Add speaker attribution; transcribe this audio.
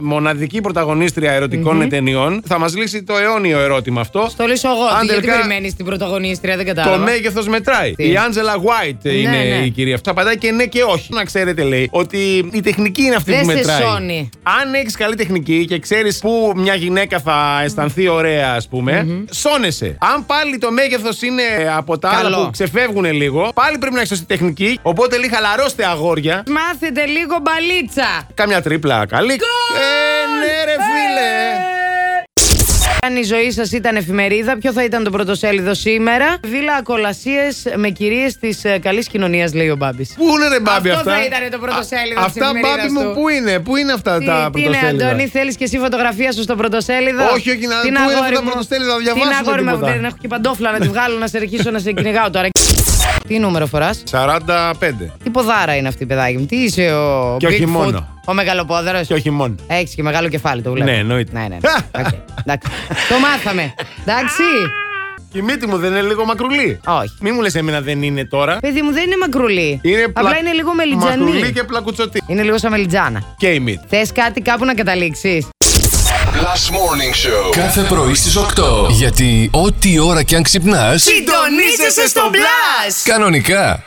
Speaker 1: μοναδική πρωταγωνίστρια ερωτικών ταινιών. Θα μας λύσει το αιώνιο ερώτημα αυτό.
Speaker 2: Στο λύσω εγώ.
Speaker 1: Αν
Speaker 2: τι, Γιατί
Speaker 1: τελικά
Speaker 2: περιμένεις την πρωταγωνίστρια, δεν κατάλαβα.
Speaker 1: Το μέγεθο μετράει.
Speaker 2: Τι.
Speaker 1: Η Άντζελα White είναι
Speaker 2: ναι.
Speaker 1: η κυρία αυτή. Απαντάει και ναι και όχι. Να ξέρετε, λέει, ότι η τεχνική είναι αυτή
Speaker 2: Δεν
Speaker 1: που
Speaker 2: σε
Speaker 1: μετράει.
Speaker 2: σώνει.
Speaker 1: Αν έχεις καλή τεχνική και ξέρεις πού μια γυναίκα θα αισθανθεί ωραία, ας πούμε, σώνεσαι. Αν πάλι το μέγεθος είναι από τα άλλα
Speaker 2: Καλό.
Speaker 1: που ξεφεύγουν λίγο, πάλι πρέπει να έχεις σωστή τεχνική. Οπότε λίγα χαλαρώστε αγόρια.
Speaker 2: Μάθετε λίγο μπαλίτσα.
Speaker 1: Κάμια τρίπλα καλή. Ε, ναι, ρε φίλε.
Speaker 2: Ε! Αν η ζωή σας ήταν εφημερίδα, ποιο θα ήταν το πρωτοσέλιδο σήμερα. Βίλα ακολασίες με κυρίες της καλής κοινωνίας, λέει ο Μπάμπης.
Speaker 1: Πού είναι ρε μπάμπι
Speaker 2: Αυτό
Speaker 1: αυτά.
Speaker 2: θα ήτανε το πρωτοσέλιδο
Speaker 1: Α,
Speaker 2: της
Speaker 1: Αυτά
Speaker 2: εφημερίδας
Speaker 1: μπάμπι μου
Speaker 2: του.
Speaker 1: πού είναι, πού είναι αυτά τα
Speaker 2: τι είναι,
Speaker 1: πρωτοσέλιδα.
Speaker 2: Αντώνη, θέλεις και εσύ φωτογραφία σου στο πρωτοσέλιδο.
Speaker 1: Όχι, όχι, να-
Speaker 2: Την
Speaker 1: πού είναι
Speaker 2: αγόρι
Speaker 1: αυτά τα
Speaker 2: μου.
Speaker 1: πρωτοσέλιδα, να
Speaker 2: Την
Speaker 1: διαβάσουμε
Speaker 2: αγόρι μου,
Speaker 1: τίποτα.
Speaker 2: δεν έχω και παντόφλα να τη βγάλω, να σε ρίξω να σε κυνηγάω τώρα. Τι νούμερο φοράς.
Speaker 1: 45.
Speaker 2: Τι ποδάρα είναι αυτή, παιδάκι μου. Τι είσαι ο.
Speaker 1: Και όχι
Speaker 2: Bigfoot,
Speaker 1: μόνο.
Speaker 2: Ο μεγαλοπόδαρος.
Speaker 1: Και όχι μόνο.
Speaker 2: Έχεις και μεγάλο κεφάλι, το βλέπω.
Speaker 1: Ναι, εννοείται.
Speaker 2: Ναι, ναι, ναι. Οκ, εντάξει. Το μάθαμε. Εντάξει.
Speaker 1: Και η μύτη μου δεν είναι λίγο μακρουλή.
Speaker 2: Όχι.
Speaker 1: Μη μου λες εμένα δεν είναι τώρα.
Speaker 2: Παιδί μου δεν είναι μακρουλή.
Speaker 1: Είναι
Speaker 2: Απλά είναι λίγο μελιτζανή.
Speaker 1: Μακρουλή και πλακουτσωτή.
Speaker 2: Είναι λίγο σαν μελιτζάνα.
Speaker 1: Και η μύτη.
Speaker 2: Θες κάτι κάπου να καταλήξεις.
Speaker 3: Last Morning Show.
Speaker 4: Κάθε πρωί στις 8. Γιατί ό,τι ώρα κι αν ξυπνάς,
Speaker 2: Συντονίζεσαι στο μπλα!
Speaker 4: κανονικά.